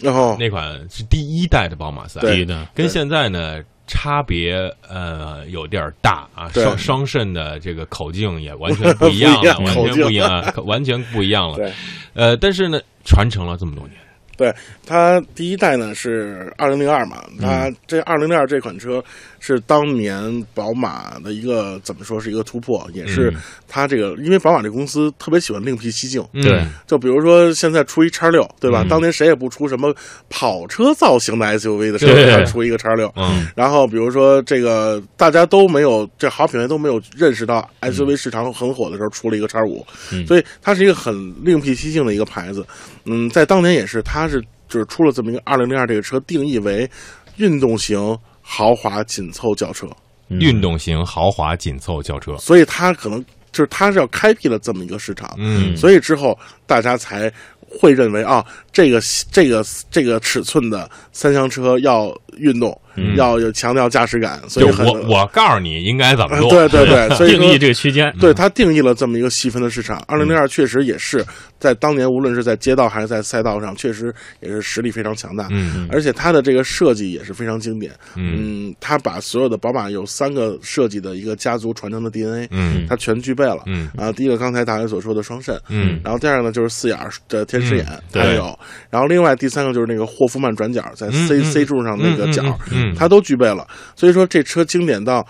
[SPEAKER 2] 然后
[SPEAKER 1] 那款是第一代的宝马三，
[SPEAKER 2] 对
[SPEAKER 3] 第一的，
[SPEAKER 1] 跟
[SPEAKER 2] 对
[SPEAKER 1] 现在呢差别呃有点儿大啊，
[SPEAKER 2] 对 (laughs)
[SPEAKER 1] 双双肾的这个口径也完全不一样了，
[SPEAKER 2] 不
[SPEAKER 1] (laughs)
[SPEAKER 2] 一
[SPEAKER 1] 完
[SPEAKER 2] 样
[SPEAKER 1] 全不一样，啊，完全不一样了。
[SPEAKER 2] 对
[SPEAKER 1] 呃，但是呢，传承了这么多年，
[SPEAKER 2] 对，它第一代呢是二零零二嘛，它
[SPEAKER 1] 嗯
[SPEAKER 2] 这二零零二这款车是当年宝马的一个怎么说是一个突破，也是
[SPEAKER 3] 嗯
[SPEAKER 2] 它这个，因为宝马这公司特别喜欢另辟蹊径，
[SPEAKER 3] 对
[SPEAKER 1] 嗯
[SPEAKER 2] 就比如说现在出一叉六，对吧？
[SPEAKER 3] 嗯
[SPEAKER 2] 当年谁也不出什么跑车造型的 SUV 的时候，
[SPEAKER 3] 对
[SPEAKER 2] 它出一个叉六。
[SPEAKER 1] 嗯
[SPEAKER 2] 然后比如说这个大家都没有，这好品牌都没有认识到 SUV 市场很火的时候出了一个叉五、
[SPEAKER 3] 嗯
[SPEAKER 2] 所以它是一个很另辟蹊径的一个牌子。嗯，在当年也是，它是就是出了这么一个二零零二这个车，定义为运动型豪华紧凑轿车，
[SPEAKER 3] 嗯
[SPEAKER 1] 运动型豪华紧凑轿车，
[SPEAKER 2] 所以它可能就是它是要开辟了这么一个市场。
[SPEAKER 1] 嗯
[SPEAKER 2] 所以之后大家才会认为啊，这个这个这个尺寸的三厢车要运动，要有强调驾驶感，
[SPEAKER 1] 嗯
[SPEAKER 2] 所
[SPEAKER 1] 就
[SPEAKER 2] 以很
[SPEAKER 1] 我我告诉你应该怎么
[SPEAKER 2] 啊
[SPEAKER 1] 做，
[SPEAKER 2] (laughs) 对对对，所以
[SPEAKER 3] 定义
[SPEAKER 2] 说。
[SPEAKER 3] 这个区
[SPEAKER 1] 嗯
[SPEAKER 3] 间，
[SPEAKER 2] 对它定义了这么一个细分的市场，二零零二确实也是在当年，无论是在街道还是在赛道上，确实也是实力非常强大。
[SPEAKER 1] 嗯
[SPEAKER 2] 而且它的这个设计也是非常经典。
[SPEAKER 1] 嗯
[SPEAKER 2] 嗯，它把所有的宝马有三个设计的一个家族传承的 DNA，
[SPEAKER 1] 嗯
[SPEAKER 2] 它全具备了。
[SPEAKER 1] 嗯
[SPEAKER 2] 啊，第一个刚才大家所说的双肾，
[SPEAKER 1] 嗯
[SPEAKER 2] 然后第二个呢就是四眼儿的天使眼，
[SPEAKER 3] 对
[SPEAKER 2] 它也有，然后另外第三个就是那个霍夫曼转角在 C、
[SPEAKER 1] 嗯嗯
[SPEAKER 2] C 柱上那个角，
[SPEAKER 1] 嗯嗯嗯
[SPEAKER 2] 它都具备了，所以说这车经典到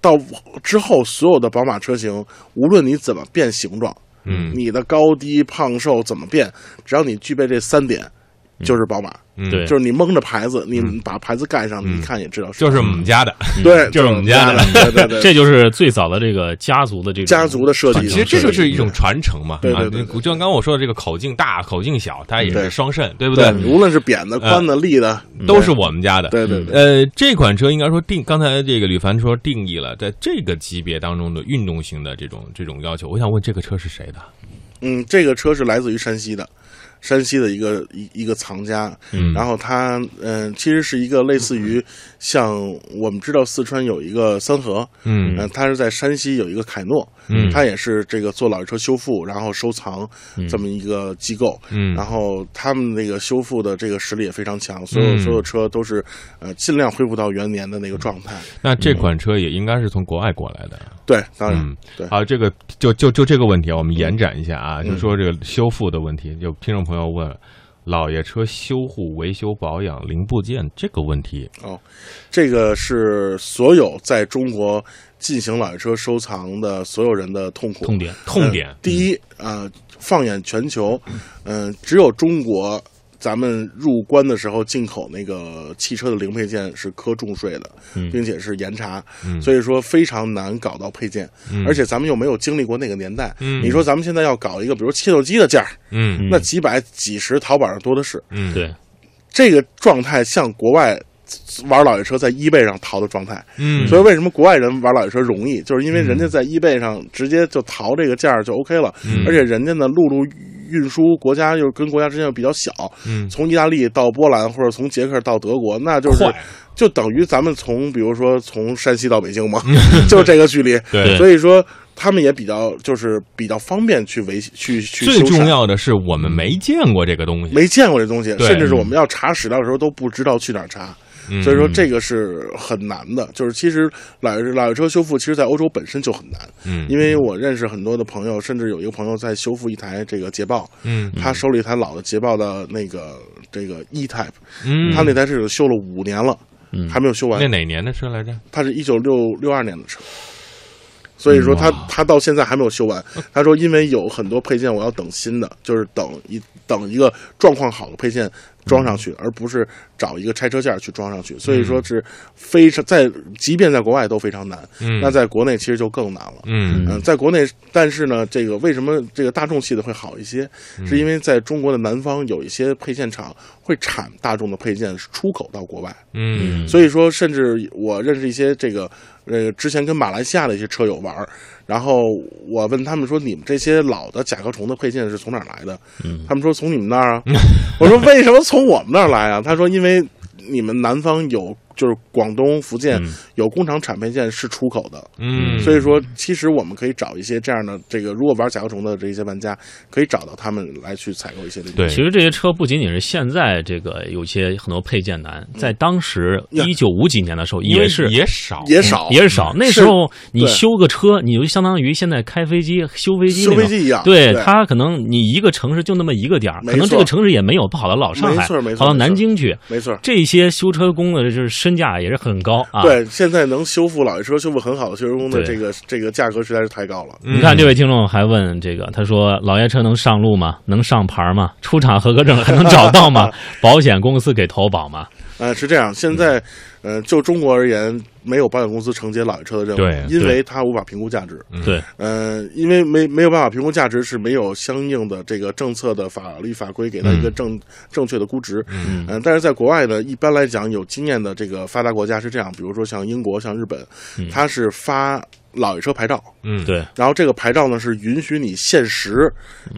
[SPEAKER 2] 到之后所有的宝马车型，无论你怎么变形状，
[SPEAKER 1] 嗯
[SPEAKER 2] 你的高低胖瘦怎么变，只要你具备这三点，就是宝马，
[SPEAKER 1] 嗯，
[SPEAKER 3] 对
[SPEAKER 2] 就是你蒙着牌子，你把牌子盖上，你一看也知道
[SPEAKER 1] 就是我
[SPEAKER 2] 宝马
[SPEAKER 1] 们家的，
[SPEAKER 2] 对，
[SPEAKER 1] 就是我们家的
[SPEAKER 2] 的，嗯对对
[SPEAKER 1] (laughs)
[SPEAKER 2] 对，
[SPEAKER 3] 这就是最早的这个家族的这种
[SPEAKER 2] 家族的设计，
[SPEAKER 1] 其实这就是一种传承嘛，
[SPEAKER 2] 对
[SPEAKER 1] 啊
[SPEAKER 2] 对对对
[SPEAKER 1] 就像刚刚我说的这个口径大、口径小，它也是
[SPEAKER 2] 对
[SPEAKER 1] 双肾，对不
[SPEAKER 2] 对，无论是扁的、宽的、立的，
[SPEAKER 1] 嗯都是我们家的。
[SPEAKER 2] 对对对。
[SPEAKER 1] 呃，这款车应该说定，刚才这个吕凡说定义了在这个级别当中的运动型的这种这种要求。我想问，这个车是谁的？
[SPEAKER 2] 嗯，这个车是来自于山西的，山西的一个一一个藏家。
[SPEAKER 1] 嗯
[SPEAKER 2] 然后它嗯、其实是一个类似于像我们知道四川有一个三河，
[SPEAKER 1] 嗯
[SPEAKER 2] 嗯、它是在山西有一个凯诺，
[SPEAKER 1] 嗯
[SPEAKER 2] 它也是这个做老车修复然后收藏这么一个机构。
[SPEAKER 1] 嗯
[SPEAKER 2] 然后他们那个修复的这个实力也非常强，所有
[SPEAKER 1] 嗯
[SPEAKER 2] 所有车都是呃尽量恢复到元年的那个状态。
[SPEAKER 1] 那这款车也应该是从国外过来的。
[SPEAKER 2] 对，嗯当然、
[SPEAKER 1] 嗯
[SPEAKER 2] 对，嗯
[SPEAKER 1] 好，这个就就就这个问题啊，我们延展一下啊，就说这个修复的问题。有听众朋友问，老爷车修护、维修、保养、零部件这个问题，
[SPEAKER 2] 这个是所有在中国进行老爷车收藏的所有人的痛苦。
[SPEAKER 3] 痛点，
[SPEAKER 1] 痛点
[SPEAKER 2] 呃第一，呃，放眼全球，嗯、只有中国。咱们入关的时候进口那个汽车的零配件是苛重税的，并且是严查，所以说非常难搞到配件，而且咱们又没有经历过那个年代。
[SPEAKER 1] 嗯
[SPEAKER 2] 你说咱们现在要搞一个，比如切诺基的价儿，
[SPEAKER 1] 嗯
[SPEAKER 2] 那几百、几十，淘宝上多的是。
[SPEAKER 1] 嗯，
[SPEAKER 3] 对，
[SPEAKER 2] 这个状态像国外玩老爷车在 eBay 上淘的状态，
[SPEAKER 1] 嗯，
[SPEAKER 2] 所以为什么国外人玩老爷车容易，就是因为人家在 eBay 上直接就淘这个价儿就 OK 了，
[SPEAKER 1] 嗯
[SPEAKER 2] 而且人家呢陆路运输国家又跟国家之间又比较小，
[SPEAKER 1] 嗯
[SPEAKER 2] 从意大利到波兰或者从捷克到德国，那就是
[SPEAKER 1] 快
[SPEAKER 2] 就等于咱们从比如说从山西到北
[SPEAKER 1] (laughs)
[SPEAKER 2] 京嘛，就这个距离，
[SPEAKER 1] 对
[SPEAKER 2] 所以说他们也比较就是比较方便去维去去
[SPEAKER 1] 最
[SPEAKER 2] 修缮
[SPEAKER 1] 重要的是我们没见过这个东西，
[SPEAKER 2] 嗯没见过这东西，
[SPEAKER 1] 对
[SPEAKER 2] 甚至是我们要查史料的时候都不知道去哪儿查。
[SPEAKER 1] 嗯
[SPEAKER 2] 所以说这个是很难的，就是其实老爷老爷车修复，其实在欧洲本身就很难，
[SPEAKER 1] 嗯
[SPEAKER 2] 因为我认识很多的朋友，甚至有一个朋友在修复一台这个捷豹，
[SPEAKER 1] 嗯
[SPEAKER 2] 他手里一台老的捷豹的那个这个 E Type，
[SPEAKER 1] 嗯，
[SPEAKER 2] 他那台车修了五年了，嗯
[SPEAKER 3] 嗯
[SPEAKER 2] 还没有修完
[SPEAKER 1] 那，哪年的车来着？
[SPEAKER 2] 他是一九六六二年的车。所以说他他到现在还没有修
[SPEAKER 1] (laughs)
[SPEAKER 2] 完，他说因为有很多配件我要等新的，就是等一等一个状况好的配件装
[SPEAKER 1] 嗯
[SPEAKER 2] 上去，而不是找一个拆车件去装上去。所以说是非常在，即便在国外都非常难，
[SPEAKER 1] 嗯
[SPEAKER 2] 那在国内其实就更难了。
[SPEAKER 1] 嗯
[SPEAKER 2] 嗯，在国内，但是呢，这个为什么这个大众系的会好一些？
[SPEAKER 1] 嗯
[SPEAKER 2] 是因为在中国的南方有一些配件厂会产大众的配件出口到国外，
[SPEAKER 1] 嗯
[SPEAKER 2] 所以说，甚至我认识一些这个呃，之前跟马来西亚的一些车友玩儿，然后我问他们说：“你们这些老的甲壳虫的配件是从哪儿来的？”
[SPEAKER 3] 嗯
[SPEAKER 2] 他们
[SPEAKER 3] (laughs)
[SPEAKER 2] 说：“从你们那儿啊。”我说：“为什么从我们那儿来啊？”他说：“因为你们南方有就是广东、福建
[SPEAKER 3] 嗯
[SPEAKER 2] 有工厂产配件是出口的，
[SPEAKER 1] 嗯，
[SPEAKER 2] 所以说其实我们可以找一些这样的这个，如果玩甲壳虫的这一些玩家，可以找到他们来去采购一些零件。
[SPEAKER 1] 对
[SPEAKER 3] 其实这些车不仅仅是现在这个有些很多配件难，在当时
[SPEAKER 2] 嗯呀
[SPEAKER 3] 一九五几年的时候
[SPEAKER 1] 因为
[SPEAKER 3] 也是
[SPEAKER 1] 也少，
[SPEAKER 2] 也少嗯
[SPEAKER 3] 也是少。那时候你
[SPEAKER 2] 对
[SPEAKER 3] 修个车，你就相当于现在开飞机、修飞机
[SPEAKER 2] 修
[SPEAKER 3] 那
[SPEAKER 2] 飞
[SPEAKER 3] 种。
[SPEAKER 2] 机一样，
[SPEAKER 3] 对
[SPEAKER 2] 对
[SPEAKER 3] 它可能你一个城市就那么一个点儿，
[SPEAKER 2] 没
[SPEAKER 3] 可能这
[SPEAKER 2] 错
[SPEAKER 3] 个城市也没有跑到老上海
[SPEAKER 2] 没错没，错
[SPEAKER 3] 跑到南
[SPEAKER 2] 没错
[SPEAKER 3] 京去，
[SPEAKER 2] 没错。
[SPEAKER 3] 这些修车工的就是身价也是很高啊。，
[SPEAKER 2] 对，现在能修复老爷车修复很好的修车工的
[SPEAKER 3] 对
[SPEAKER 2] 这个这个价格实在是太高了。
[SPEAKER 1] 嗯
[SPEAKER 3] 你看这位听众还问这个，他说：“老爷车能上路吗？能上牌吗？出厂合格证还能找到
[SPEAKER 2] (laughs)
[SPEAKER 3] 吗？保险公司给投保吗
[SPEAKER 2] 呃，是这样，现在，呃，就中国而言，没有保险公司承接老爷车的任务，
[SPEAKER 1] 对
[SPEAKER 2] 因为它无法评估价值。？”
[SPEAKER 1] 嗯
[SPEAKER 3] 对，
[SPEAKER 2] 呃，因为没没有办法评估价值，是没有相应的这个政策的法律法规给它一个正、正确的估值。
[SPEAKER 1] 嗯
[SPEAKER 2] 嗯、但是在国外呢，一般来讲，有经验的这个发达国家是这样，比如说像英国、像日本，它是发老爷车牌照，
[SPEAKER 1] 嗯，
[SPEAKER 3] 对，
[SPEAKER 2] 然后这个牌照呢是允许你限时、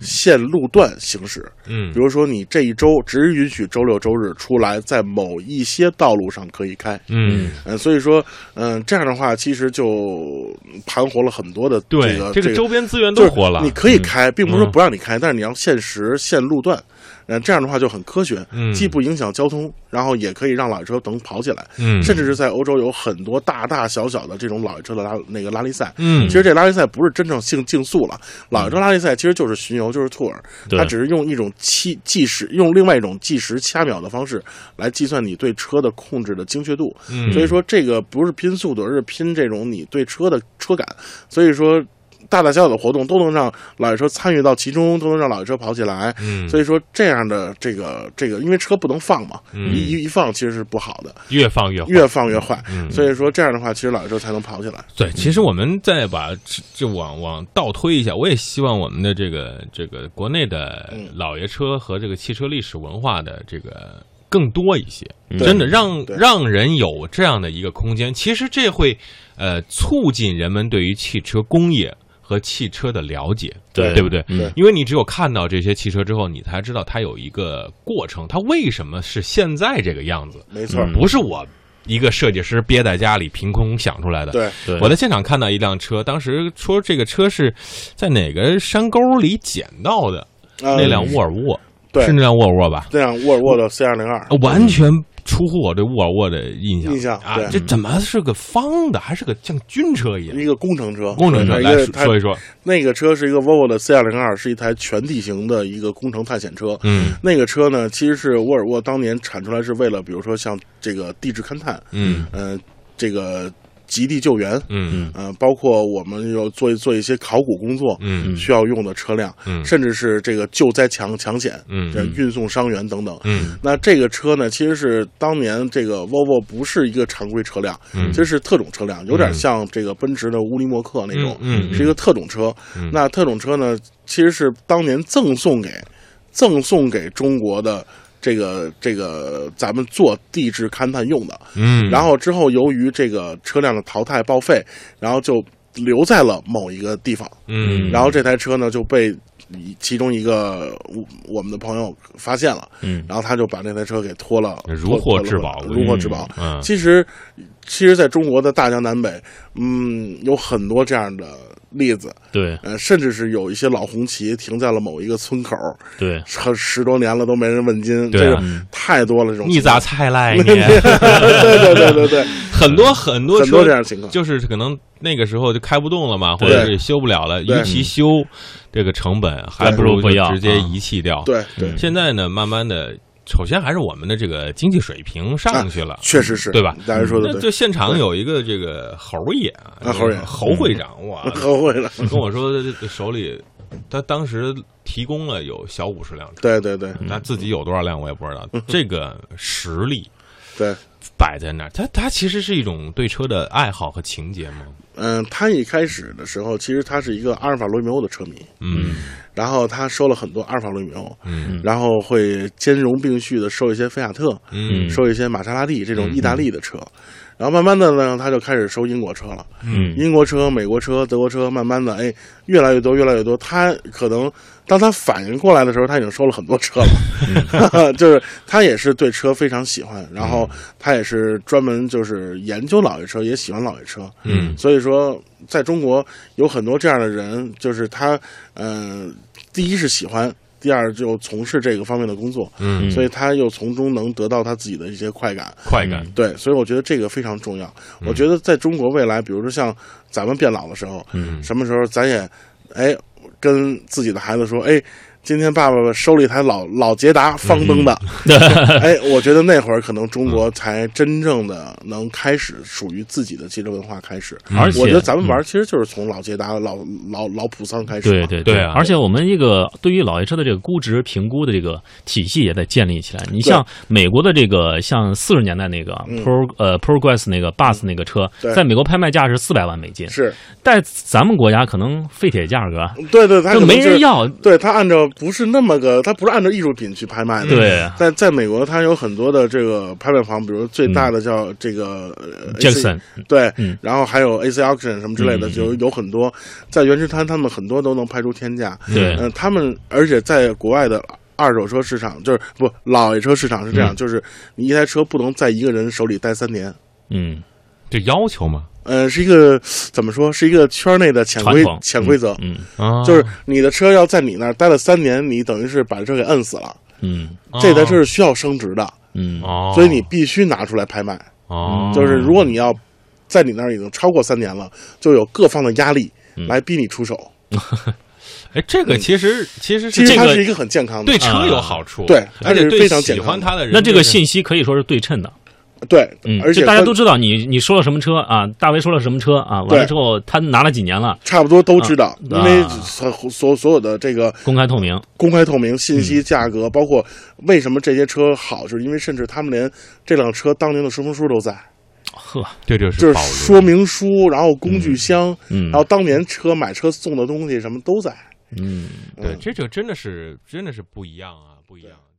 [SPEAKER 2] 限路段行驶。
[SPEAKER 1] 嗯
[SPEAKER 2] 比如说你这一周只允许周六周日出来，在某一些道路上可以开。
[SPEAKER 1] 嗯，
[SPEAKER 2] 嗯，所以说，嗯，这样的话，其实就盘活了很多的
[SPEAKER 1] 对
[SPEAKER 2] 这个，
[SPEAKER 1] 这个
[SPEAKER 2] 个
[SPEAKER 1] 周边资源
[SPEAKER 2] 就
[SPEAKER 1] 都
[SPEAKER 2] 是
[SPEAKER 1] 活了，
[SPEAKER 2] 你可以开，并不是说
[SPEAKER 1] 嗯
[SPEAKER 2] 不让你开，但是你要限时、限路段。嗯，这样的话就很科学，
[SPEAKER 1] 嗯
[SPEAKER 2] 既不影响交通，然后也可以让老爷车能跑起来，
[SPEAKER 1] 嗯，
[SPEAKER 2] 甚至是在欧洲有很多大大小小的这种老爷车的拉那个拉力赛，
[SPEAKER 1] 嗯，
[SPEAKER 2] 其实这拉力赛不是真正竞竞速了，老车拉力赛其实就是巡游，就是兔耳，
[SPEAKER 3] 对
[SPEAKER 2] 它只是用一种计计时，用另外一种计时掐秒的方式来计算你对车的控制的精确度。
[SPEAKER 1] 嗯
[SPEAKER 2] 所以说这个不是拼速度，而是拼这种你对车的车感。所以说大大小小的活动都能让老爷车参与到其中，都能让老爷车跑起来。
[SPEAKER 1] 嗯，
[SPEAKER 2] 所以说这样的这个这个，因为车不能放嘛，
[SPEAKER 1] 嗯
[SPEAKER 2] 一一一放其实是不好的，
[SPEAKER 1] 越放越
[SPEAKER 2] 越放越坏。
[SPEAKER 1] 嗯
[SPEAKER 2] 所以说这样的话，其实老爷车才能跑起来。
[SPEAKER 1] 对，其实我们再把这这往往倒推一下，我也希望我们的这个这个国内的
[SPEAKER 2] 嗯
[SPEAKER 1] 老爷车和这个汽车历史文化的这个更多一些，
[SPEAKER 3] 嗯
[SPEAKER 1] 真的让
[SPEAKER 2] 对
[SPEAKER 1] 让人有这样的一个空间。其实这会呃促进人们对于汽车工业和汽车的了解，
[SPEAKER 3] 对
[SPEAKER 1] 对不对？
[SPEAKER 3] 嗯
[SPEAKER 1] 因为你只有看到这些汽车之后，你才知道它有一个过程，它为什么是现在这个样子，
[SPEAKER 2] 没错，
[SPEAKER 1] 不是我一个设计师憋在家里凭空想出来的。
[SPEAKER 2] 对。
[SPEAKER 3] 对，
[SPEAKER 1] 我在现场看到一辆车，当时说这个车是在哪个山沟里捡到的，
[SPEAKER 2] 呃
[SPEAKER 1] 那辆沃尔沃
[SPEAKER 2] 对
[SPEAKER 1] 是那哦辆沃尔沃吧？
[SPEAKER 2] 这样沃尔沃的 C 二零二，
[SPEAKER 1] 完全出乎我对沃尔沃的印象。
[SPEAKER 2] 印象
[SPEAKER 1] 啊
[SPEAKER 2] 对，嗯
[SPEAKER 1] 这怎么是个方的，还是个像军车一样
[SPEAKER 2] 一？个工程车，
[SPEAKER 1] 工程车
[SPEAKER 2] 嗯
[SPEAKER 1] 来
[SPEAKER 2] 一个它
[SPEAKER 1] 说一说，
[SPEAKER 2] 那个车是一个 Volvo 的 C 二零二，是一台全地形的一个工程探险车。 (laughs)
[SPEAKER 1] 嗯
[SPEAKER 2] 那个车呢，其实是沃尔沃当年产出来是为了，比如说像这个地质勘探，
[SPEAKER 1] 嗯
[SPEAKER 2] 嗯、这个极地救援，
[SPEAKER 1] 嗯
[SPEAKER 2] 嗯、包括我们有做做一些考古工作
[SPEAKER 1] 嗯
[SPEAKER 2] 需要用的车辆，
[SPEAKER 1] 嗯
[SPEAKER 2] 甚至是这个救灾抢抢险，
[SPEAKER 1] 嗯
[SPEAKER 2] 这运送伤员等等。
[SPEAKER 1] 嗯
[SPEAKER 2] 那这个车呢，其实是当年这个 Volvo 不是一个常规车辆，
[SPEAKER 1] 嗯
[SPEAKER 2] 其实是特种车辆，有点像这个奔驰的乌迪莫克那种，
[SPEAKER 1] 嗯嗯嗯
[SPEAKER 2] 是一个特种车。
[SPEAKER 1] 嗯
[SPEAKER 2] 那特种车呢，其实是当年赠送给赠送给中国的这个这个咱们做地质勘探用的。
[SPEAKER 1] 嗯，
[SPEAKER 2] 然后之后由于这个车辆的淘汰报废，然后就留在了某一个地方。
[SPEAKER 1] 嗯
[SPEAKER 2] 然后这台车呢就被其中一个我我们的朋友发现了，
[SPEAKER 3] 嗯
[SPEAKER 2] 然后他就把那台车给拖了，
[SPEAKER 1] 如获至宝
[SPEAKER 2] 拖了如获至宝。
[SPEAKER 1] 嗯
[SPEAKER 2] 其实，其实在中国的大江南北，嗯，有很多这样的例子，
[SPEAKER 3] 对
[SPEAKER 2] 呃，甚至是有一些老红旗停在了某一个村口，
[SPEAKER 3] 对，啊嗯
[SPEAKER 2] 很十多年了都没人问津，
[SPEAKER 1] 对啊
[SPEAKER 2] 这种太多了这
[SPEAKER 1] (laughs)
[SPEAKER 2] 种
[SPEAKER 1] 你
[SPEAKER 2] 情
[SPEAKER 1] 咋
[SPEAKER 2] 况。
[SPEAKER 1] 才来
[SPEAKER 2] (laughs) 对
[SPEAKER 1] 呢？
[SPEAKER 2] 对对对对，
[SPEAKER 1] 很多很 (laughs) 多
[SPEAKER 2] 很多
[SPEAKER 1] 车
[SPEAKER 2] 这样的情况。
[SPEAKER 1] 就是可能那个时候就开不动了嘛，或
[SPEAKER 2] 对
[SPEAKER 1] 者是修不了了，
[SPEAKER 2] 对
[SPEAKER 1] 与其修这个成本，还
[SPEAKER 3] 还不
[SPEAKER 1] 如
[SPEAKER 3] 如不
[SPEAKER 1] 就
[SPEAKER 3] 要
[SPEAKER 1] 直接
[SPEAKER 3] 啊
[SPEAKER 1] 遗弃掉。，
[SPEAKER 2] 对对，
[SPEAKER 1] 现在呢，慢慢的，首先还是我们的这个经济水平上去了。
[SPEAKER 2] 确实是，
[SPEAKER 1] 对吧？
[SPEAKER 2] 大家说的
[SPEAKER 1] 那
[SPEAKER 2] 对，
[SPEAKER 1] 这现场有一个这个侯爷啊，
[SPEAKER 2] 啊侯爷嗯
[SPEAKER 1] 侯会长，哇，
[SPEAKER 2] (laughs) 后悔了。
[SPEAKER 1] 跟我说这手里，他当时提供了有小五十辆车，
[SPEAKER 2] 对对对
[SPEAKER 1] 那自己有多少辆我也不知
[SPEAKER 2] 嗯
[SPEAKER 1] 道。这个实力
[SPEAKER 2] 对。
[SPEAKER 1] 摆在那儿，他他其实是一种对车的爱好和情结嘛。
[SPEAKER 2] 嗯，他一开始的时候，其实他是一个阿尔法罗密欧的车迷，
[SPEAKER 1] 嗯
[SPEAKER 2] 然后他收了很多阿尔法罗密欧，
[SPEAKER 1] 嗯
[SPEAKER 2] 然后会兼容并蓄的收一些菲亚特，
[SPEAKER 1] 嗯
[SPEAKER 2] 收一些玛莎拉蒂这种
[SPEAKER 1] 嗯
[SPEAKER 2] 意大利的车，然后慢慢的呢，他就开始收英国车了，
[SPEAKER 1] 嗯
[SPEAKER 2] 英国车、美国车、德国车，慢慢的，哎，越来越多，越来越多。他可能当他反应过来的时候，他已经收了很多车了，
[SPEAKER 1] (laughs)
[SPEAKER 2] 就是他也是对车非常喜欢，然后
[SPEAKER 1] 嗯
[SPEAKER 2] 他也是专门就是研究老爷车，也喜欢老爷车，
[SPEAKER 1] 嗯
[SPEAKER 2] 所以说，在中国有很多这样的人，就是他，嗯、第一是喜欢，第二就从事这个方面的工作，
[SPEAKER 1] 嗯，
[SPEAKER 2] 所以他又从中能得到他自己的一些快感。
[SPEAKER 1] 快感，
[SPEAKER 3] 嗯
[SPEAKER 2] 对，所以我觉得这个非常重要。我觉得在中国未来，比如说像咱们变老的时候，
[SPEAKER 1] 嗯
[SPEAKER 2] 什么时候咱也，哎，跟自己的孩子说，哎，今天爸爸收了一台老老捷达方灯的，
[SPEAKER 3] 嗯 (laughs)
[SPEAKER 2] 哎，我觉得那会儿可能中国才真正的能开始属于自己的汽车文化开始。
[SPEAKER 1] 嗯
[SPEAKER 3] 嗯而且
[SPEAKER 2] 我觉得咱们玩其实就是从老捷达、老老老普桑开始
[SPEAKER 3] 对
[SPEAKER 2] 嘛。
[SPEAKER 3] 对
[SPEAKER 1] 对啊
[SPEAKER 3] 而且我们这个对于老爷车的这个估值评估的这个体系也在建立起来。你像美国的这个，像四十年代那个
[SPEAKER 2] 嗯
[SPEAKER 3] Pro 呃 Progress 那个 Bus 那个车
[SPEAKER 2] 对，
[SPEAKER 3] 在美国拍卖价是四百万美金，
[SPEAKER 2] 是，
[SPEAKER 3] 在咱们国家可能废铁价格
[SPEAKER 2] 对对，他
[SPEAKER 3] 就
[SPEAKER 2] 可能
[SPEAKER 3] 没
[SPEAKER 2] 就
[SPEAKER 3] 人
[SPEAKER 2] 是
[SPEAKER 3] 要。
[SPEAKER 2] 对他按照不是那么个，他不是按照艺术品去拍卖的。
[SPEAKER 3] 对，
[SPEAKER 2] 在在美国，它有很多的这个拍卖行，比如最大的叫这个、呃
[SPEAKER 3] Jackson，
[SPEAKER 2] AC, 对，
[SPEAKER 3] 嗯
[SPEAKER 2] 然后还有 AC auction 什么之类的，就有很多在原石滩，他们很多都能拍出天价。
[SPEAKER 3] 对
[SPEAKER 2] 嗯、，他们而且在国外的二手车市场，就是不老爷车市场是这样，就是你一台车不能在一个人手里待三年。
[SPEAKER 3] 嗯，
[SPEAKER 1] 这要求嘛
[SPEAKER 2] 嗯，是一个怎么说？是一个圈内的潜
[SPEAKER 3] 传
[SPEAKER 2] 规
[SPEAKER 3] 统
[SPEAKER 2] 潜规则，
[SPEAKER 3] 嗯
[SPEAKER 1] 啊，
[SPEAKER 2] 就是你的车要在你那儿待了三年，你等于是把车给摁死了。
[SPEAKER 3] 嗯
[SPEAKER 2] 这台车是需要升值的，
[SPEAKER 3] 嗯，
[SPEAKER 1] 啊哦，
[SPEAKER 2] 所以你嗯必须拿出来拍卖。
[SPEAKER 1] 哦，
[SPEAKER 2] 就是如果你要在你那儿已经超过三年了，就有各方的压力来逼你出手。
[SPEAKER 1] 哎，这个其实其实
[SPEAKER 2] 嗯其
[SPEAKER 1] 是
[SPEAKER 2] 实
[SPEAKER 1] 这
[SPEAKER 2] 它
[SPEAKER 1] 个
[SPEAKER 2] 是一个很健康的
[SPEAKER 1] 对，车有好处，
[SPEAKER 2] 对
[SPEAKER 1] 而
[SPEAKER 2] 而且
[SPEAKER 1] 且对
[SPEAKER 2] 非常
[SPEAKER 1] 喜
[SPEAKER 2] 健康
[SPEAKER 1] 欢他的人，
[SPEAKER 3] 那这个
[SPEAKER 1] 就是
[SPEAKER 3] 信息可以说是对称的。
[SPEAKER 2] 对，
[SPEAKER 3] 嗯，
[SPEAKER 2] 嗯而且
[SPEAKER 3] 就大家
[SPEAKER 2] 关
[SPEAKER 3] 都知道你你说了什么车啊，大为说了什么车啊，完了
[SPEAKER 2] 对
[SPEAKER 3] 之后他拿了几年了，
[SPEAKER 2] 差不多都知道，因
[SPEAKER 3] 啊
[SPEAKER 2] 为所所所有的这个
[SPEAKER 3] 公开透明。
[SPEAKER 2] 公开透明信息、价格，包括为什么这些车好，就是因为甚至他们连这辆车当年的说明书都在，
[SPEAKER 3] 呵，
[SPEAKER 1] 这就是
[SPEAKER 2] 就是
[SPEAKER 1] 保留
[SPEAKER 2] 说明书，然后工具箱，
[SPEAKER 3] 嗯
[SPEAKER 2] 然后当年车买车送的东西什么都在。
[SPEAKER 3] 嗯。
[SPEAKER 1] 对，这就真的是真的是不一样啊，不一样啊。